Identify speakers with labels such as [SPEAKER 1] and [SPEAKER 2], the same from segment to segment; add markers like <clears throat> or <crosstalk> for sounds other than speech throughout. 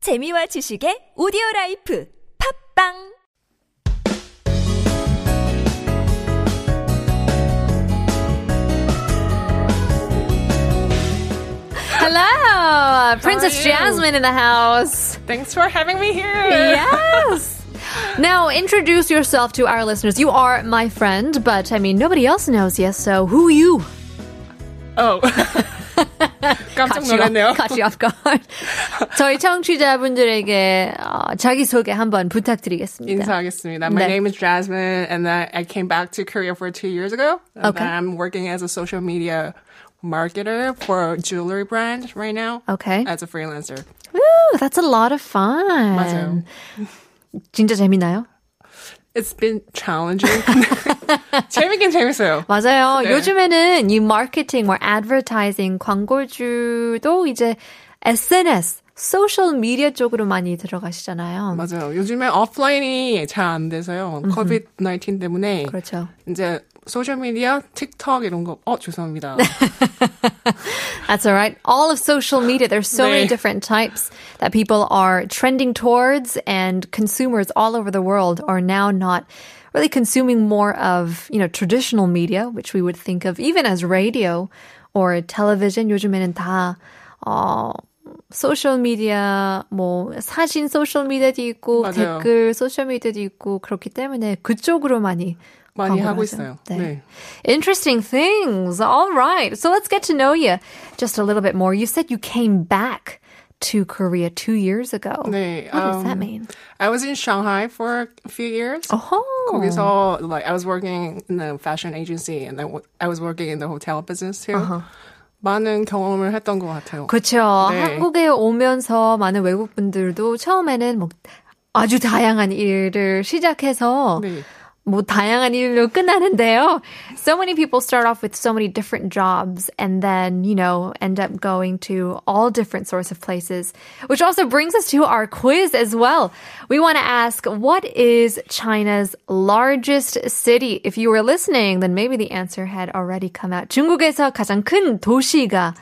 [SPEAKER 1] 재미와 지식의 오디오 라이프 팝빵
[SPEAKER 2] Hello, Princess
[SPEAKER 3] you?
[SPEAKER 2] Jasmine in the house.
[SPEAKER 3] Thanks for having me here.
[SPEAKER 2] Yes. <laughs> now introduce yourself to our listeners. You are my friend, but I mean nobody else knows. Yes, so who you? <laughs>
[SPEAKER 3] Oh. 깜짝 놀랐네요.
[SPEAKER 2] Caught you
[SPEAKER 1] <laughs>
[SPEAKER 2] off guard. 저희 청취자분들에게 어, 자기 소개 한번 부탁드리겠습니다.
[SPEAKER 3] 인사하겠습니다. My
[SPEAKER 2] 네.
[SPEAKER 3] name is Jasmine, and I I came back to Korea for two years ago. And
[SPEAKER 2] Okay.
[SPEAKER 3] I'm working as a social media marketer for a jewelry brand right now.
[SPEAKER 2] Okay.
[SPEAKER 3] As a freelancer.
[SPEAKER 2] Woo, that's a lot of fun.
[SPEAKER 3] 맞아요.
[SPEAKER 2] 진짜 재미나요?
[SPEAKER 3] It's been
[SPEAKER 2] <laughs>
[SPEAKER 3] challenging. 재밌긴 재밌어요.
[SPEAKER 2] 맞아요.
[SPEAKER 3] 네.
[SPEAKER 2] 요즘에는 이 마케팅, 뭐 advertising, 광고주도 이제 SNS, 소셜 미디어 쪽으로 많이 들어가시잖아요.
[SPEAKER 3] 맞아요. 요즘에 오프라인이 잘 안 돼서요. COVID-19 때문에
[SPEAKER 2] 그렇죠.
[SPEAKER 3] 이제 소셜 미디어, 틱톡 이런 거. 어,
[SPEAKER 2] <laughs>
[SPEAKER 3] 죄송합니다.
[SPEAKER 2] That's all right. All of social media, there's so many
[SPEAKER 3] 네.
[SPEAKER 2] different types that people are trending towards and consumers all over the world are now not really consuming more of, you know, traditional media, which we would think of even as radio or television. 요즘에는 다, 어, 소셜 미디어, 뭐, 사진 소셜 미디어도 있고,
[SPEAKER 3] 맞아요.
[SPEAKER 2] 댓글 소셜 미디어도 있고, 그렇기 때문에 그쪽으로 많이
[SPEAKER 3] 많이
[SPEAKER 2] 광고를 하죠.
[SPEAKER 3] 하고 있어요.
[SPEAKER 2] 네.
[SPEAKER 3] 네.
[SPEAKER 2] Interesting things. All right. So let's get to know you just a little bit more. You said you came back to Korea two years ago.
[SPEAKER 3] 네,
[SPEAKER 2] What does that
[SPEAKER 3] um,
[SPEAKER 2] mean?
[SPEAKER 3] I was in Shanghai for a few years.
[SPEAKER 2] Oh.
[SPEAKER 3] 거기서 like I was working in the fashion agency and I wa- I was working in the hotel business too.
[SPEAKER 2] Uh-huh.
[SPEAKER 3] 많은 경험을 했던 것 같아요.
[SPEAKER 2] 그렇죠.
[SPEAKER 3] 네.
[SPEAKER 2] 한국에 오면서 많은 외국분들도 처음에는 뭐 아주 다양한 일을 시작해서
[SPEAKER 3] 네.
[SPEAKER 2] 뭐 다양한 일로 끝나는데요. So many people start off with so many different jobs and then, you know, end up going to all different sorts of places. Which also brings us to our quiz as well. We want to ask, what is China's largest city? If you were listening, then maybe the answer had already come out. 중국에서 가장 큰 도시가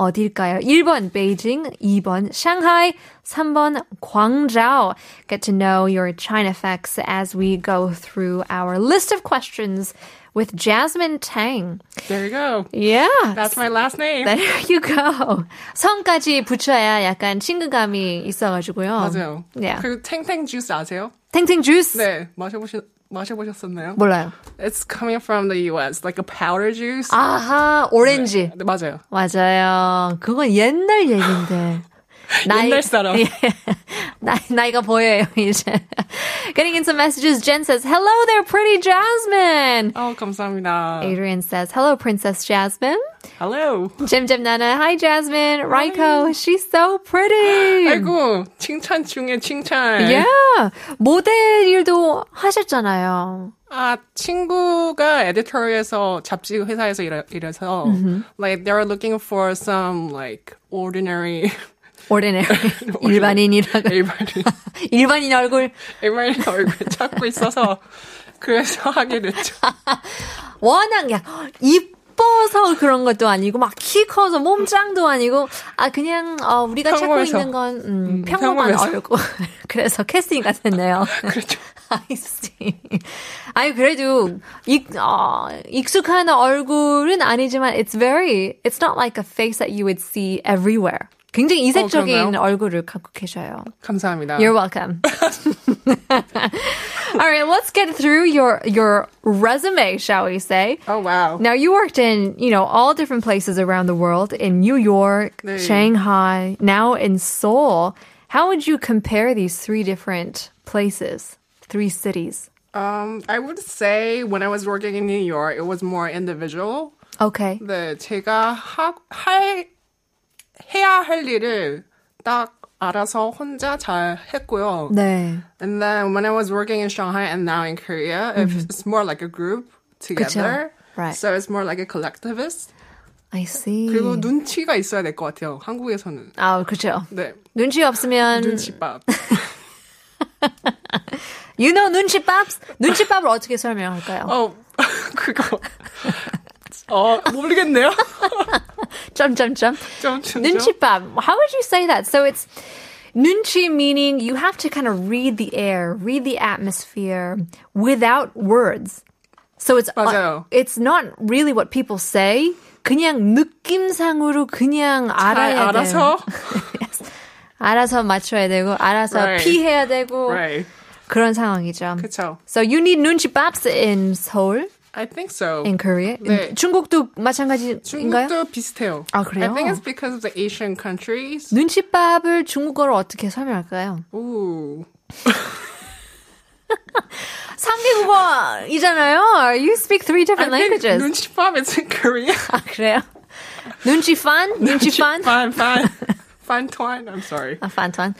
[SPEAKER 2] 어딜까요? 1번 베이징, 2번 상하이, 3번 광저우. Get to know your China facts as we go through our list of questions with Jasmine Tang.
[SPEAKER 3] There you go.
[SPEAKER 2] Yeah.
[SPEAKER 3] That's my last name.
[SPEAKER 2] there you go. 성까지 붙여야 약간 친근감이 있어가지고요.
[SPEAKER 3] 맞아요.
[SPEAKER 2] Yeah.
[SPEAKER 3] 그 탱탱 주스 아세요?
[SPEAKER 2] 탱탱 주스.
[SPEAKER 3] 네, 마셔보신 마셔보셨었나요?
[SPEAKER 2] 몰라요.
[SPEAKER 3] It's coming from the U.S. like a powder juice.
[SPEAKER 2] 아하, 오렌지.
[SPEAKER 3] 네, 맞아요.
[SPEAKER 2] 맞아요. 그건 옛날
[SPEAKER 3] <laughs>
[SPEAKER 2] 얘기인데.
[SPEAKER 3] 옛날 사람.
[SPEAKER 2] <laughs> 나이, 나이가 보여요, 이제. Getting in some messages. Jen says, hello there, pretty Jasmine.
[SPEAKER 3] 어, 감사합니다.
[SPEAKER 2] Adrian says, hello, Princess Jasmine.
[SPEAKER 3] Hello.
[SPEAKER 2] Jim Jim Nana, hi, Jasmine. Raiko, she's so pretty.
[SPEAKER 3] 아이고, 칭찬 중에 칭찬.
[SPEAKER 2] Yeah. 모델 일도 하셨잖아요.
[SPEAKER 3] 아, 친구가 에디터에서 잡지 회사에서 일해, 일해서 like they were looking for some like ordinary <laughs>
[SPEAKER 2] <laughs> Ordinary. 일반인이라고.
[SPEAKER 3] 일반인
[SPEAKER 2] 일반인 얼굴.
[SPEAKER 3] 일반인 얼굴 찾고 있어서 그래서 하게 됐죠.
[SPEAKER 2] 워낙 야 이뻐서 그런 것도 아니고 막 키 커서 몸짱도 아니고 아 그냥 어, 우리가 찾고
[SPEAKER 3] 평범해서.
[SPEAKER 2] 있는 건 음,
[SPEAKER 3] 음,
[SPEAKER 2] 평범한
[SPEAKER 3] 평범해서.
[SPEAKER 2] 얼굴 <laughs> 그래서 캐스팅 같았네요. <laughs>
[SPEAKER 3] 그렇죠.
[SPEAKER 2] I see. 아니 그래도 익, 어, 익숙한 얼굴은 아니지만 it's very it's not like a face that you would see everywhere. 굉장히 이색적인
[SPEAKER 3] 어, 그런가요?
[SPEAKER 2] 얼굴을 갖고 계셔요.
[SPEAKER 3] 감사합니다.
[SPEAKER 2] You're welcome. <laughs> All right, let's get through your your resume, shall we say?
[SPEAKER 3] oh wow.
[SPEAKER 2] Now you worked in, you know, all different places around the world in New York,
[SPEAKER 3] 네.
[SPEAKER 2] Shanghai, now in Seoul. How would you compare these three different places, three cities?
[SPEAKER 3] Um, I would say when I was working in New York, it was more individual.
[SPEAKER 2] Okay.
[SPEAKER 3] 네, 제가 하, 할, 해야 할 일을 딱 알아서 혼자 잘 했고요.
[SPEAKER 2] 네.
[SPEAKER 3] And then when I was working in Shanghai and now in Korea, if it's more like a group together.
[SPEAKER 2] Mm-hmm. Right.
[SPEAKER 3] So it's more like a collectivist.
[SPEAKER 2] I see.
[SPEAKER 3] 그리고 눈치가 있어야 될 것 같아요. 한국에서는.
[SPEAKER 2] 아, 그렇죠.
[SPEAKER 3] 네.
[SPEAKER 2] 눈치 없으면
[SPEAKER 3] 눈치밥.
[SPEAKER 2] you know 눈치밥? 눈치밥을 어떻게 설명할까요?
[SPEAKER 3] 어, <laughs>
[SPEAKER 2] <laughs>
[SPEAKER 3] 그거. 어, 모르겠네요.
[SPEAKER 2] 점점점.
[SPEAKER 3] 좀 진짜.
[SPEAKER 2] 눈치밥. How would you say that? So it's Nunchi meaning you have to kind of read the air, read the atmosphere without words. So it's uh,
[SPEAKER 3] 맞아요.
[SPEAKER 2] it's not really what people say. 그냥 느낌상으로 그냥
[SPEAKER 3] 잘
[SPEAKER 2] 알아야 돼요.
[SPEAKER 3] 알아서.
[SPEAKER 2] 알아서 맞춰야 되고 알아서
[SPEAKER 3] Right.
[SPEAKER 2] 피해야 되고
[SPEAKER 3] right.
[SPEAKER 2] 그런 상황이죠.
[SPEAKER 3] 그쵸.
[SPEAKER 2] So you need 눈치밥s in Seoul,
[SPEAKER 3] I think so.
[SPEAKER 2] in Korea.
[SPEAKER 3] 네.
[SPEAKER 2] 중국도 마찬가지인가요?
[SPEAKER 3] 중국도 비슷해요.
[SPEAKER 2] 아, 그래요?
[SPEAKER 3] I think it's because of the Asian countries.
[SPEAKER 2] 눈치밥을 중국어로 어떻게 설명할까요?
[SPEAKER 3] Ooh.
[SPEAKER 2] 3개국어이잖아요. You speak three different
[SPEAKER 3] I think
[SPEAKER 2] languages.
[SPEAKER 3] 눈치밥 is in Korea.
[SPEAKER 2] 아, 그래요? 눈치판?
[SPEAKER 3] <laughs>
[SPEAKER 2] 눈치판?
[SPEAKER 3] Fine, fine. Fine twine.
[SPEAKER 2] <laughs>
[SPEAKER 3] I'm sorry.
[SPEAKER 2] 아, Fantan.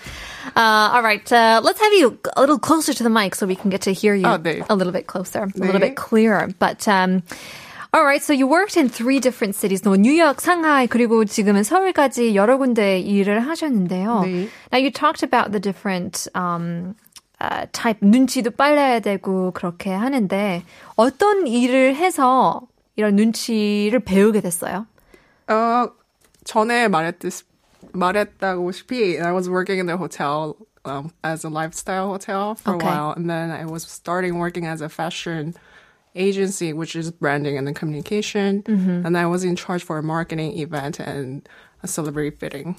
[SPEAKER 2] Uh, all right, uh, let's have you a little closer to the mic so we can get to hear you
[SPEAKER 3] 아, 네.
[SPEAKER 2] a little bit closer, a little
[SPEAKER 3] 네.
[SPEAKER 2] bit clearer. But um, all right, so you worked in three different cities, 뭐 뉴욕, 상하이, 그리고 지금은 서울까지 여러 군데 일을 하셨는데요.
[SPEAKER 3] 네.
[SPEAKER 2] Now you talked about the different um, uh, type 눈치도 빨라야 되고 그렇게 하는데 어떤 일을 해서 이런 눈치를 배우게 됐어요?
[SPEAKER 3] 어, 전에 말했듯 말했다고시피 I was working in the hotel um, as a lifestyle hotel for
[SPEAKER 2] Okay.
[SPEAKER 3] a while, and then I was starting working as a fashion agency, which is branding and then communication, and I was in charge for a marketing event and a celebrity fitting.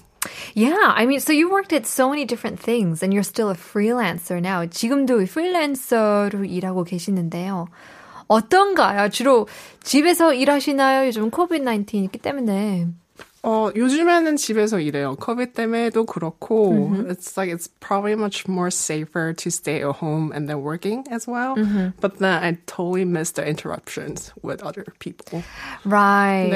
[SPEAKER 2] Yeah, I mean, so you worked at so many different things and you're still a freelancer now. 지금도 프리랜서로 일하고 계시는데요. 어떤가요? 주로 집에서 일하시나요? 요즘 COVID-19 있기 때문에.
[SPEAKER 3] 어, 요즘에는 집에서 일해요. COVID 때문에도 그렇고, it's like it's probably much more safer to stay at home and then working as well. But then I totally miss the interruptions with other people.
[SPEAKER 2] Right.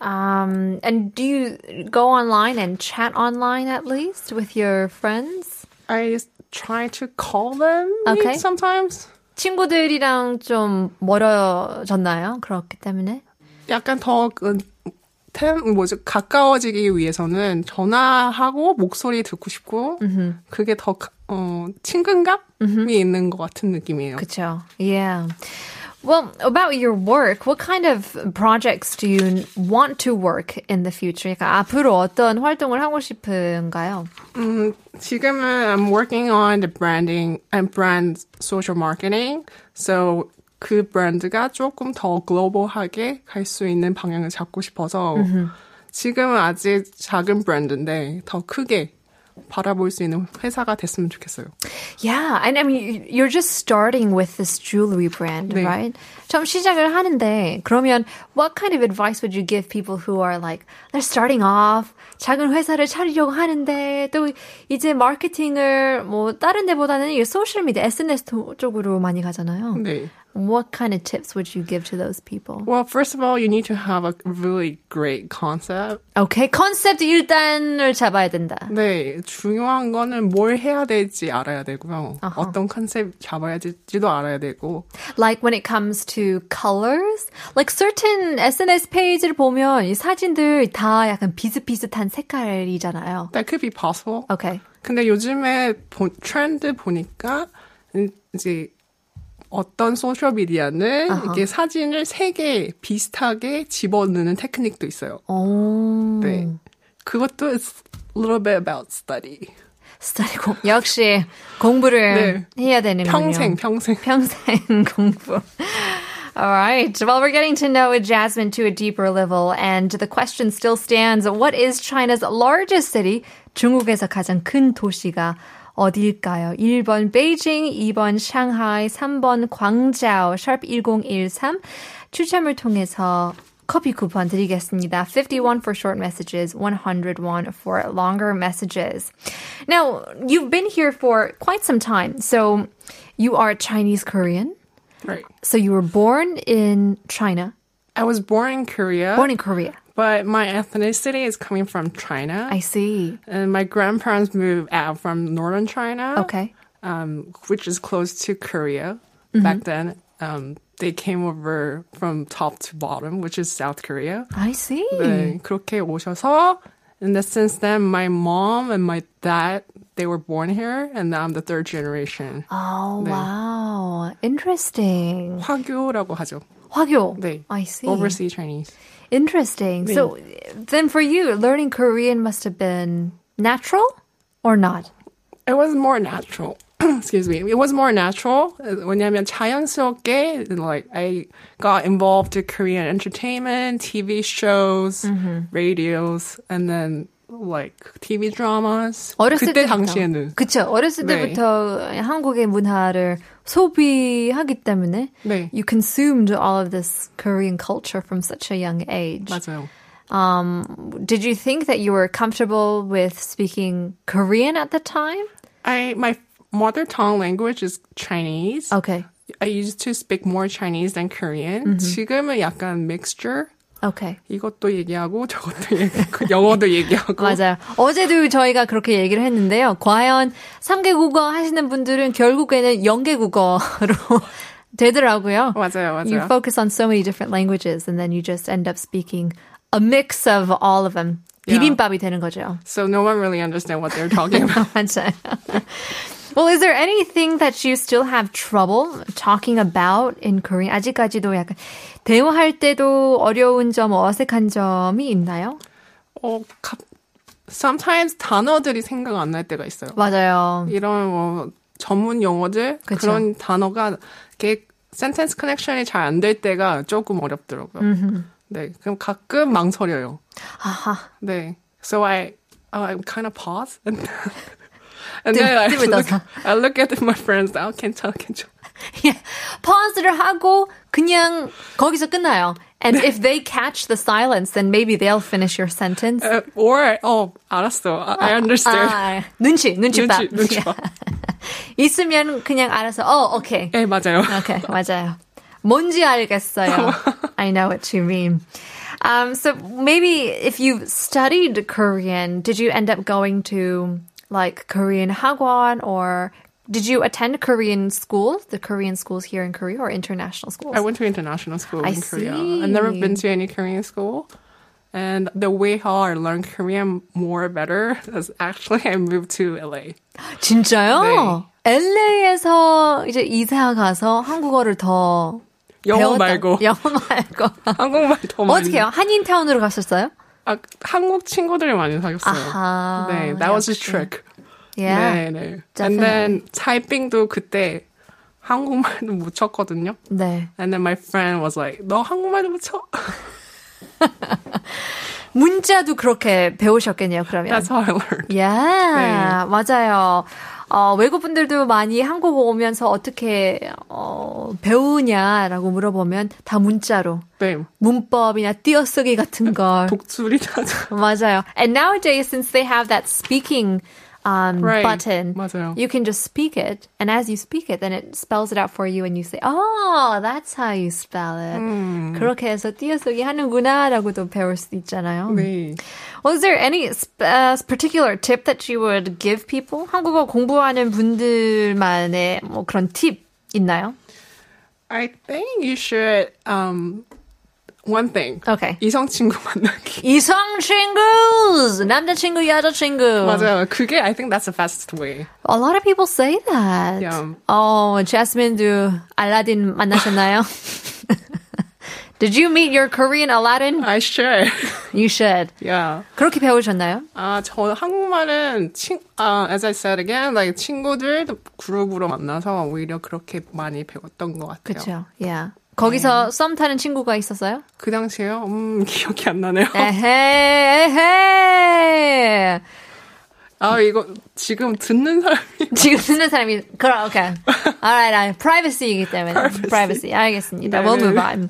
[SPEAKER 2] Um, and do you go online and chat online at least with your friends?
[SPEAKER 3] I s- try to call them
[SPEAKER 2] Okay.
[SPEAKER 3] sometimes.
[SPEAKER 2] 친구들이랑 좀 멀어졌나요? 그렇기 때문에.
[SPEAKER 3] 약간 더 그, 템, 뭐지, 가까워지기 위해서는 전화하고 목소리 듣고 싶고, 그게 더, 가- 어, 친근감이 있는 것 같은 느낌이에요.
[SPEAKER 2] 그쵸. Yeah. Well, about your work, what kind of projects do you want to work in the future? 그러니까 앞으로 어떤 활동을 하고 싶은가요?
[SPEAKER 3] 지금은 I'm working on the branding and brand social marketing. So 그 브랜드가 조금 더 글로벌하게 갈 수 있는 방향을 잡고 싶어서 지금은 아직 작은 브랜드인데 더 크게 바라볼 수 있는 회사가 됐으면 좋겠어요.
[SPEAKER 2] Yeah, and I mean, you're just starting with this jewelry brand,
[SPEAKER 3] 네.
[SPEAKER 2] right? 처음 시작을 하는데, 그러면 what kind of advice would you give people who are like, they're starting off, 작은 회사를 차리려고 하는데, 또 이제 마케팅을 뭐 다른 데보다는 이 소셜미디어, SNS 도- 쪽으로 많이 가잖아요.
[SPEAKER 3] 네.
[SPEAKER 2] What kind of tips would you give to those people?
[SPEAKER 3] Well, first of all, you need to have a really great concept.
[SPEAKER 2] Okay, 컨셉 일단을 잡아야 된다.
[SPEAKER 3] 네, 중요한 거는 뭘 해야 될지 알아야 되고요.
[SPEAKER 2] 아하.
[SPEAKER 3] 어떤 컨셉 잡아야 될지도 알아야 되고.
[SPEAKER 2] Like when it comes to colors, like certain SNS 페이지를 보면 이 사진들 다 약간 비슷비슷한 색깔이잖아요.
[SPEAKER 3] That could be possible.
[SPEAKER 2] Okay.
[SPEAKER 3] 근데 요즘에 보, 트렌드 보니까 이제 어떤 소셜 미디어는 이게 사진을 세 개 비슷하게 집어넣는 테크닉도 있어요.
[SPEAKER 2] 오.
[SPEAKER 3] <laughs> 네. 그것도 it's a little bit about study.
[SPEAKER 2] 스타일 공 역시 공부를 해야 되는군요.
[SPEAKER 3] 네. 평생 평생.
[SPEAKER 2] <laughs> 평생 공부. All right. Well, we're getting to know Jasmine to a deeper level, and the question still stands: What is China's largest city? 중국에서 가장 큰 도시가 어디일까요? 1번 베이징, 2번 상하이, 3번 광자오. 샵 1013. 추첨을 통해서 커피 쿠폰 드리겠습니다. 51 for short messages, 101 for longer messages. Now, you've been here for quite some time. So, you are Chinese Korean.
[SPEAKER 3] Right.
[SPEAKER 2] So, you were born in China,
[SPEAKER 3] I was born in Korea,
[SPEAKER 2] born in Korea.
[SPEAKER 3] but my ethnicity is coming from China.
[SPEAKER 2] I see.
[SPEAKER 3] and my grandparents moved out from northern China.
[SPEAKER 2] Okay.
[SPEAKER 3] um, which is close to Korea
[SPEAKER 2] Mm-hmm.
[SPEAKER 3] back then. Um, they came over from top to bottom, which is South Korea.
[SPEAKER 2] I see.
[SPEAKER 3] 네, 그렇게 오셔서, and then since then, my mom and my dad they were born here, and now I'm the third generation.
[SPEAKER 2] Oh, wow. Interesting.
[SPEAKER 3] 화교라고 하죠.
[SPEAKER 2] 화교.
[SPEAKER 3] 네,
[SPEAKER 2] I see.
[SPEAKER 3] Overseas Chinese.
[SPEAKER 2] Interesting. So, then for you, learning Korean must have been natural? or not?
[SPEAKER 3] It was more natural. <clears throat> Excuse me. It was more natural. Uh, 왜냐면 자연스럽게, like, I got involved in Korean entertainment, TV shows,
[SPEAKER 2] Mm-hmm.
[SPEAKER 3] radios, and then, like, TV dramas.
[SPEAKER 2] 어렸을
[SPEAKER 3] 그때
[SPEAKER 2] 때부터.
[SPEAKER 3] 당시에는.
[SPEAKER 2] 그쵸. 어렸을
[SPEAKER 3] 네.
[SPEAKER 2] 때부터 한국의 문화를 소비하기 때문에
[SPEAKER 3] 네.
[SPEAKER 2] you consumed all of this Korean culture from such a young age.
[SPEAKER 3] 맞아요.
[SPEAKER 2] Um, did you think that you were comfortable with speaking Korean at the time?
[SPEAKER 3] I, my mother tongue language is Chinese.
[SPEAKER 2] Okay.
[SPEAKER 3] I used to speak more Chinese than Korean.
[SPEAKER 2] Mm-hmm.
[SPEAKER 3] 지금은 약간 mixture.
[SPEAKER 2] Okay.
[SPEAKER 3] 이것도 얘기하고 저것도 얘기하고 <laughs> 영어도 얘기하고
[SPEAKER 2] 맞아요. 어제도 저희가 그렇게 얘기를 했는데요. 과연 3개 국어 하시는 분들은 결국에는 0개 국어로 <laughs> 되더라고요.
[SPEAKER 3] 맞아요, 맞아요.
[SPEAKER 2] You focus on so many different languages and then you just end up speaking a mix of all of them.
[SPEAKER 3] Yeah.
[SPEAKER 2] 비빔밥이 되는 거죠.
[SPEAKER 3] So no one really understand what they're talking about.
[SPEAKER 2] <laughs> 맞아요. Well, is there anything that you still have trouble talking about in Korean? 아직까지도 약간 대화할 때도 어려운 점, 어색한 점이 있나요?
[SPEAKER 3] 어, 갑- sometimes 단어들이 생각 안 날 때가 있어요.
[SPEAKER 2] 맞아요.
[SPEAKER 3] 이런 뭐 전문 용어들
[SPEAKER 2] 그쵸.
[SPEAKER 3] 그런 단어가 이렇게 센텐스 커넥션이 잘 안 될 때가 조금 어렵더라고요. 네, 그럼 가끔 망설여요.
[SPEAKER 2] 아하.
[SPEAKER 3] 네, so I oh, I kind of pause and and
[SPEAKER 2] 뜸-
[SPEAKER 3] then I
[SPEAKER 2] 뜸을
[SPEAKER 3] look,
[SPEAKER 2] 떠서.
[SPEAKER 3] I look at my friends. 아, 괜찮아, 괜찮아.
[SPEAKER 2] 예, pause를 하고 그냥 거기서 끝나요. And if they catch the silence, then maybe they'll finish your sentence.
[SPEAKER 3] Uh, or 어 알았어, I, I understand.
[SPEAKER 2] 아, 눈치, 눈치밥.
[SPEAKER 3] 눈치, 눈치 봐.
[SPEAKER 2] <laughs> 있으면 그냥 알아서, 어, 오케이.
[SPEAKER 3] 네, 맞아요.
[SPEAKER 2] Okay, 맞아요. 뭔지 알겠어요. I know what you mean. Um, so maybe if you studied Korean, did you end up going to like Korean Hagwon or did you attend Korean schools, the Korean schools here in Korea or international schools?
[SPEAKER 3] I went to international school
[SPEAKER 2] I
[SPEAKER 3] in Korea. I've never
[SPEAKER 2] see.
[SPEAKER 3] been to any Korean school. And the way how I learned Korean more better is actually <laughs> I moved to LA.
[SPEAKER 2] 진짜요? LA에서 이제 이사 가서 한국어를 더
[SPEAKER 3] 영어
[SPEAKER 2] 배웠다-
[SPEAKER 3] 말고.
[SPEAKER 2] <laughs> 영어 말고
[SPEAKER 3] 한국말 더 많이.
[SPEAKER 2] 어떻게요? 한인타운으로 갔었어요?
[SPEAKER 3] 아, 한국 친구들을 많이 사귀었어요.
[SPEAKER 2] 아하,
[SPEAKER 3] 네, that was a
[SPEAKER 2] 역시.
[SPEAKER 3] trick.
[SPEAKER 2] Yeah.
[SPEAKER 3] 네, 네.
[SPEAKER 2] Definitely.
[SPEAKER 3] And then 타이핑도 그때 한국말도 못 쳤거든요.
[SPEAKER 2] 네.
[SPEAKER 3] And then my friend was like, 너 한국말도 못 쳐?
[SPEAKER 2] 문자도 그렇게 배우셨겠네요. 그러면.
[SPEAKER 3] <laughs> That's how I learned. 네.
[SPEAKER 2] Yeah, 맞아요. 어, 외국분들도 많이 한국 오면서 어떻게 어, 배우냐라고 물어보면 다 문자로
[SPEAKER 3] 네,
[SPEAKER 2] 문법이나 띄어쓰기 같은
[SPEAKER 3] <laughs>
[SPEAKER 2] 걸
[SPEAKER 3] 독수리 타자.
[SPEAKER 2] 맞아요. And nowadays, since they have that speaking um,
[SPEAKER 3] Right.
[SPEAKER 2] button,
[SPEAKER 3] 맞아요.
[SPEAKER 2] you can just speak it, and as you speak it, then it spells it out for you, and you say, "Oh, that's how you spell it."
[SPEAKER 3] 음.
[SPEAKER 2] 그렇게 해서 띄어쓰기 하는구나라고도 배울 수 있잖아요.
[SPEAKER 3] 네.
[SPEAKER 2] Was there any sp- uh, particular tip that you would give people? 한국어 공부하는 분들만의 뭐 그런 팁 있나요?
[SPEAKER 3] I think you should um one thing.
[SPEAKER 2] Okay.
[SPEAKER 3] 이성 친구 만나기.
[SPEAKER 2] 이성 친구, 남자친구, 여자친구.
[SPEAKER 3] 맞아요. 그게 I think that's the fastest way.
[SPEAKER 2] A lot of people say that.
[SPEAKER 3] Yeah.
[SPEAKER 2] Oh, Jasmine도 알라딘
[SPEAKER 3] <laughs>
[SPEAKER 2] 만나셨나요? Did you meet your Korean Aladdin?
[SPEAKER 3] I should. <laughs>
[SPEAKER 2] You should.
[SPEAKER 3] yeah.
[SPEAKER 2] 그렇게 배우셨나요?
[SPEAKER 3] 아, 저 한국말은 친 아, as I said again, like 친구들 그룹으로 만나서 오히려 그렇게 많이 배웠던 것 같아요.
[SPEAKER 2] 그렇죠. Yeah. 거기서 썸 타는 친구가 있었어요?
[SPEAKER 3] 그 당시에요. 음, <laughs> 기억이 안 나네요.
[SPEAKER 2] 에헤, 에헤.
[SPEAKER 3] 아, 이거 지금 듣는 사람이 <laughs>
[SPEAKER 2] 지금 듣는 사람이 그럼 오케이. Alright, I privacy이기 때문에 privacy. 알겠습니다.
[SPEAKER 3] 네.
[SPEAKER 2] We'll move on.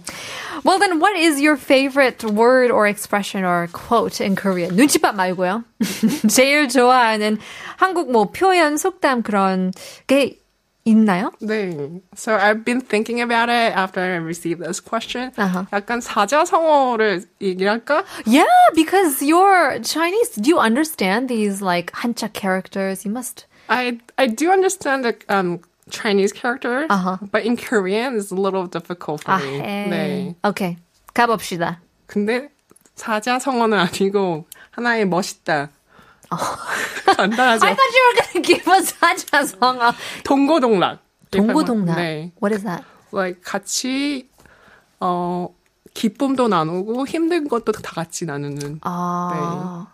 [SPEAKER 2] Well then, what is your favorite word or expression or quote in Korean? 눈치밥 말고요. <laughs> 제일 좋아하는 한국 뭐 표현 속담 그런 게 있나요?
[SPEAKER 3] 네. So I've been thinking about it after I received this question.
[SPEAKER 2] 아하.
[SPEAKER 3] 약간 사자성어를 얘기할까?
[SPEAKER 2] Yeah, because you're Chinese. Do you understand these like 한자 characters? You must.
[SPEAKER 3] I I do understand the um Chinese characters,
[SPEAKER 2] Uh-huh.
[SPEAKER 3] but in Korean it's a little difficult for
[SPEAKER 2] 아,
[SPEAKER 3] me.
[SPEAKER 2] 에.
[SPEAKER 3] 네.
[SPEAKER 2] Okay, 가봅시다.
[SPEAKER 3] 근데 사자성어는 아니고 하나의 멋있다.
[SPEAKER 2] 어.
[SPEAKER 3] <laughs> 간단하죠.
[SPEAKER 2] I thought you were gonna <laughs> give us 한자성어.
[SPEAKER 3] 동고동락.
[SPEAKER 2] 동고동락.
[SPEAKER 3] 네.
[SPEAKER 2] What is that?
[SPEAKER 3] Like 같이 어 기쁨도 나누고 힘든 것도 다 같이 나누는.
[SPEAKER 2] 아.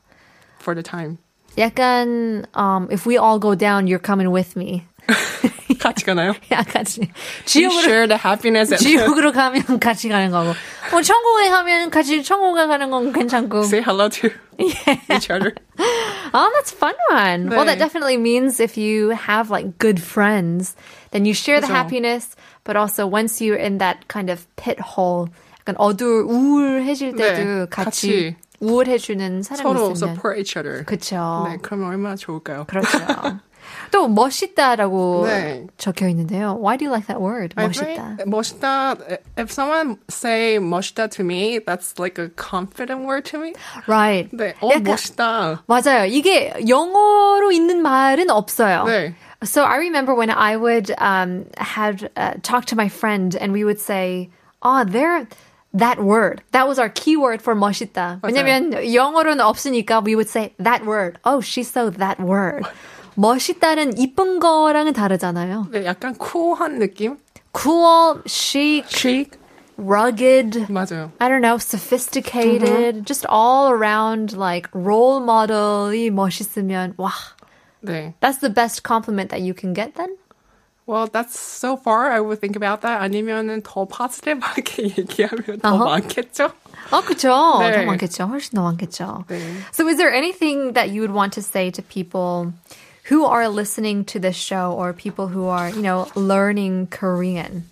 [SPEAKER 3] For the time.
[SPEAKER 2] 약간 um, if we all go down, you're coming with me. <laughs>
[SPEAKER 3] 같이 가나요?
[SPEAKER 2] 야, 같이
[SPEAKER 3] You
[SPEAKER 2] <laughs> 지옥으로
[SPEAKER 3] share the happiness and
[SPEAKER 2] 지옥으로 가면 <laughs> 같이 가는 거고, 뭐 천국에 가면 같이 천국에 가는 건
[SPEAKER 3] <laughs>
[SPEAKER 2] 괜찮고.
[SPEAKER 3] <laughs> say hello
[SPEAKER 2] <laughs>
[SPEAKER 3] to
[SPEAKER 2] 예.
[SPEAKER 3] each other.
[SPEAKER 2] Oh, that's a fun one. Well, that
[SPEAKER 3] 네.
[SPEAKER 2] definitely means if you have like good friends, then you share the
[SPEAKER 3] 그죠.
[SPEAKER 2] happiness. But also, once you're in that kind of pit hole, 약간 어두울 우울해질
[SPEAKER 3] 네,
[SPEAKER 2] 때도 같이,
[SPEAKER 3] 같이
[SPEAKER 2] 우울해주는 사람이
[SPEAKER 3] 서로
[SPEAKER 2] 있으면
[SPEAKER 3] support each other.
[SPEAKER 2] 그쵸.
[SPEAKER 3] 네, 그러면 얼마나 좋을까요?
[SPEAKER 2] 그렇죠. <laughs> 또 멋있다라고
[SPEAKER 3] 네.
[SPEAKER 2] 적혀 있는데요. Why do you like that word?
[SPEAKER 3] I
[SPEAKER 2] 멋있다.
[SPEAKER 3] think 멋있다. If someone say 멋있다 to me, that's like a confident word to me.
[SPEAKER 2] Right.
[SPEAKER 3] 네, 어
[SPEAKER 2] 약간-
[SPEAKER 3] 멋있다.
[SPEAKER 2] 맞아요. 이게 영어로 있는 말은 없어요.
[SPEAKER 3] 네.
[SPEAKER 2] So I remember when I would um, had uh, talk to my friend, and we would say, "Ah, there." That word. That was our keyword for 멋있다. 왜냐면 영어로는 없으니까 we would say that word. Oh, she's so that word. 멋있다는 이쁜 거랑은 다르잖아요.
[SPEAKER 3] 네, 약간 쿨한 느낌.
[SPEAKER 2] Cool, chic,
[SPEAKER 3] chic.
[SPEAKER 2] rugged.
[SPEAKER 3] 맞아요.
[SPEAKER 2] I don't know, sophisticated,
[SPEAKER 3] Mm-hmm.
[SPEAKER 2] just all around like role model이 멋있으면 와.
[SPEAKER 3] 네.
[SPEAKER 2] That's the best compliment that you can get then.
[SPEAKER 3] Well, that's so far. I would think about that. 아니면은 더 positive하게 <laughs> 얘기하면 더
[SPEAKER 2] 어허.
[SPEAKER 3] 많겠죠?
[SPEAKER 2] 어, 그쵸. 더
[SPEAKER 3] 네.
[SPEAKER 2] 많겠죠. 훨씬 더 많겠죠.
[SPEAKER 3] 네.
[SPEAKER 2] So is there anything that you would want to say to people who are listening to this show or people who are, you know, learning Korean?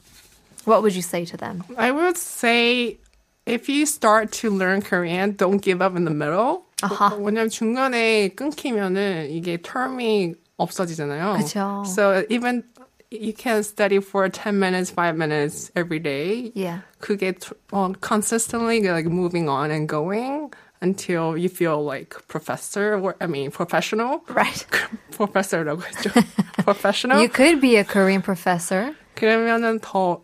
[SPEAKER 2] What would you say to them?
[SPEAKER 3] I would say if you start to learn Korean, don't give up in the middle.
[SPEAKER 2] 아하.
[SPEAKER 3] 왜냐면 중간에 끊기면은 이게 term이 없어지잖아요.
[SPEAKER 2] 그쵸.
[SPEAKER 3] So even you can study for 10 minutes, 5 minutes every day.
[SPEAKER 2] Yeah.
[SPEAKER 3] 그게 tr- 어, consistently like moving on and going until you feel like professor or I mean professional. <laughs>
[SPEAKER 2] Right.
[SPEAKER 3] professor라고 했죠. professional.
[SPEAKER 2] <laughs> You could be a Korean professor.
[SPEAKER 3] 그러면은 더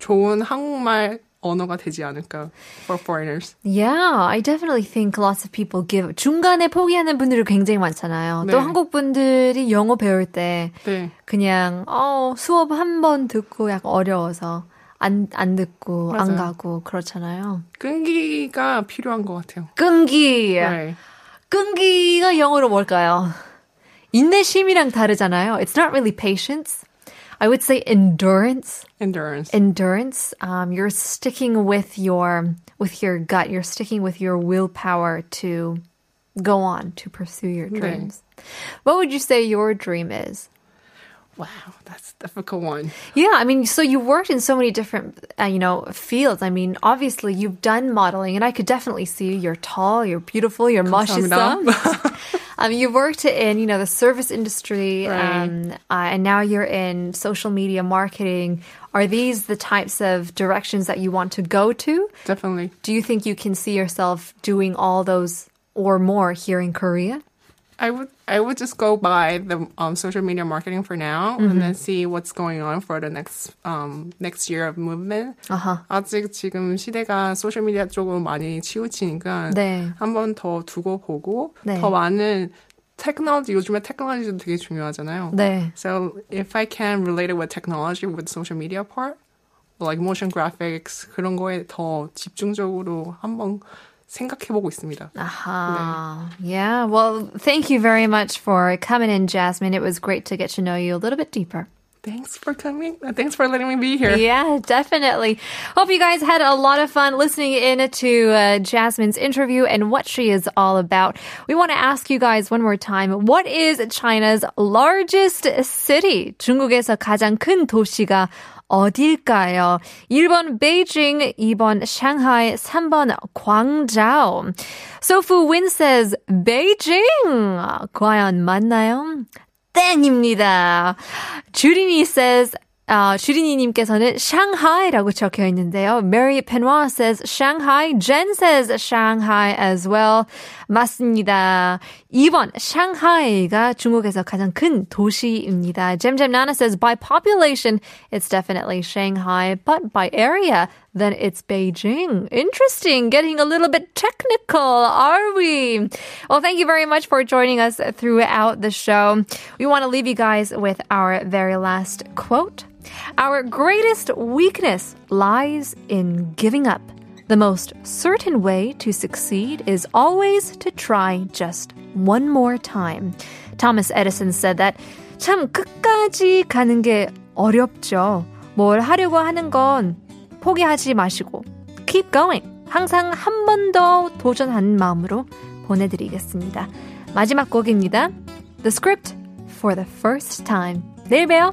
[SPEAKER 3] 좋은 한국말 언어가 되지 않을까 for foreigners.
[SPEAKER 2] Yeah, I definitely think lots of people give 중간에 포기하는 분들이 굉장히 많잖아요.
[SPEAKER 3] 네.
[SPEAKER 2] 또 한국 분들이 영어 배울 때
[SPEAKER 3] 네.
[SPEAKER 2] 그냥 어, 수업 한 번 듣고 약간 어려워서 안 안 듣고 안
[SPEAKER 3] 맞아요.
[SPEAKER 2] 가고 그렇잖아요.
[SPEAKER 3] 끈기가 필요한 것 같아요.
[SPEAKER 2] 끈기.
[SPEAKER 3] 네.
[SPEAKER 2] 끈기가 영어로 뭘까요? 인내심이랑 다르잖아요. It's not really patience. I would say endurance.
[SPEAKER 3] Endurance.
[SPEAKER 2] endurance. Um, you're sticking with your with your gut. You're sticking with your willpower to go on to pursue your dreams. What would you say your dream is?
[SPEAKER 3] wow, that's a difficult one.
[SPEAKER 2] Yeah, I mean, so you worked in so many different, uh, you know, fields. I mean, obviously you've done modeling, and I could definitely see you're tall, you're beautiful, you're 멋있어. <laughs> um, you worked in, you know, the service industry, um, uh, and now you're in social media marketing. Are these the types of directions that you want to go to?
[SPEAKER 3] Definitely.
[SPEAKER 2] Do you think you can see yourself doing all those or more here in Korea?
[SPEAKER 3] I would I would just go by the um, social media marketing for now
[SPEAKER 2] Mm-hmm.
[SPEAKER 3] and then see what's going on for the next um next year of movement.
[SPEAKER 2] 아하.
[SPEAKER 3] 아직 지금 시대가 소셜 미디어 쪽으로 많이 치우치니까
[SPEAKER 2] 네.
[SPEAKER 3] 한번 더 두고 보고
[SPEAKER 2] 네.
[SPEAKER 3] 더 많은 테크놀로지 요즘에 테크놀로지도 되게 중요하잖아요.
[SPEAKER 2] 네.
[SPEAKER 3] So if I can relate it with technology with social media part, like motion graphics 그런 거에 더 집중적으로 한번 생각해 보고 있습니다.
[SPEAKER 2] Aha. Ah, Yeah. Well, thank you very much for coming in, Jasmine. It was great to get to know you a little bit deeper.
[SPEAKER 3] Thanks for coming. Thanks for letting me be here.
[SPEAKER 2] Yeah, definitely. Hope you guys had a lot of fun listening in to uh, Jasmine's interview and what she is all about. We want to ask you guys one more time. What is China's largest city? 중국에서 가장 큰 도시가 어딜까요? 1번 베이징, 2번 샹하이, 3번 광자오. 소프 윈 says 베이징. 과연 맞나요? 땡입니다. 주린이 says 아, 주린이님께서는 샹하이라고 적혀 있는데요. Mary Penoir says Shanghai. Jen says Shanghai as well. 맞습니다. 2번, 샹하이가 중국에서 가장 큰 도시입니다. Jemjem Nana says by population, it's definitely Shanghai, but by area, then it's Beijing. Interesting. Getting a little bit technical, are we? Well, thank you very much for joining us throughout the show. We want to leave you guys with our very last quote. Our greatest weakness lies in giving up. The most certain way to succeed is always to try just one more time. Thomas Edison said that 참 끝까지 가는 게 어렵죠. 뭘 하려고 하는 건 포기하지 마시고 keep going. 항상 한 번 더 도전하는 마음으로 보내드리겠습니다. 마지막 곡입니다. The script for the first time. 내일 봬요.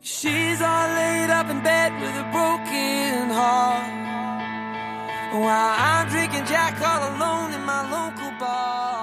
[SPEAKER 4] She's all laid up in bed with a broken heart. While I'm drinking Jack all alone in my local bar.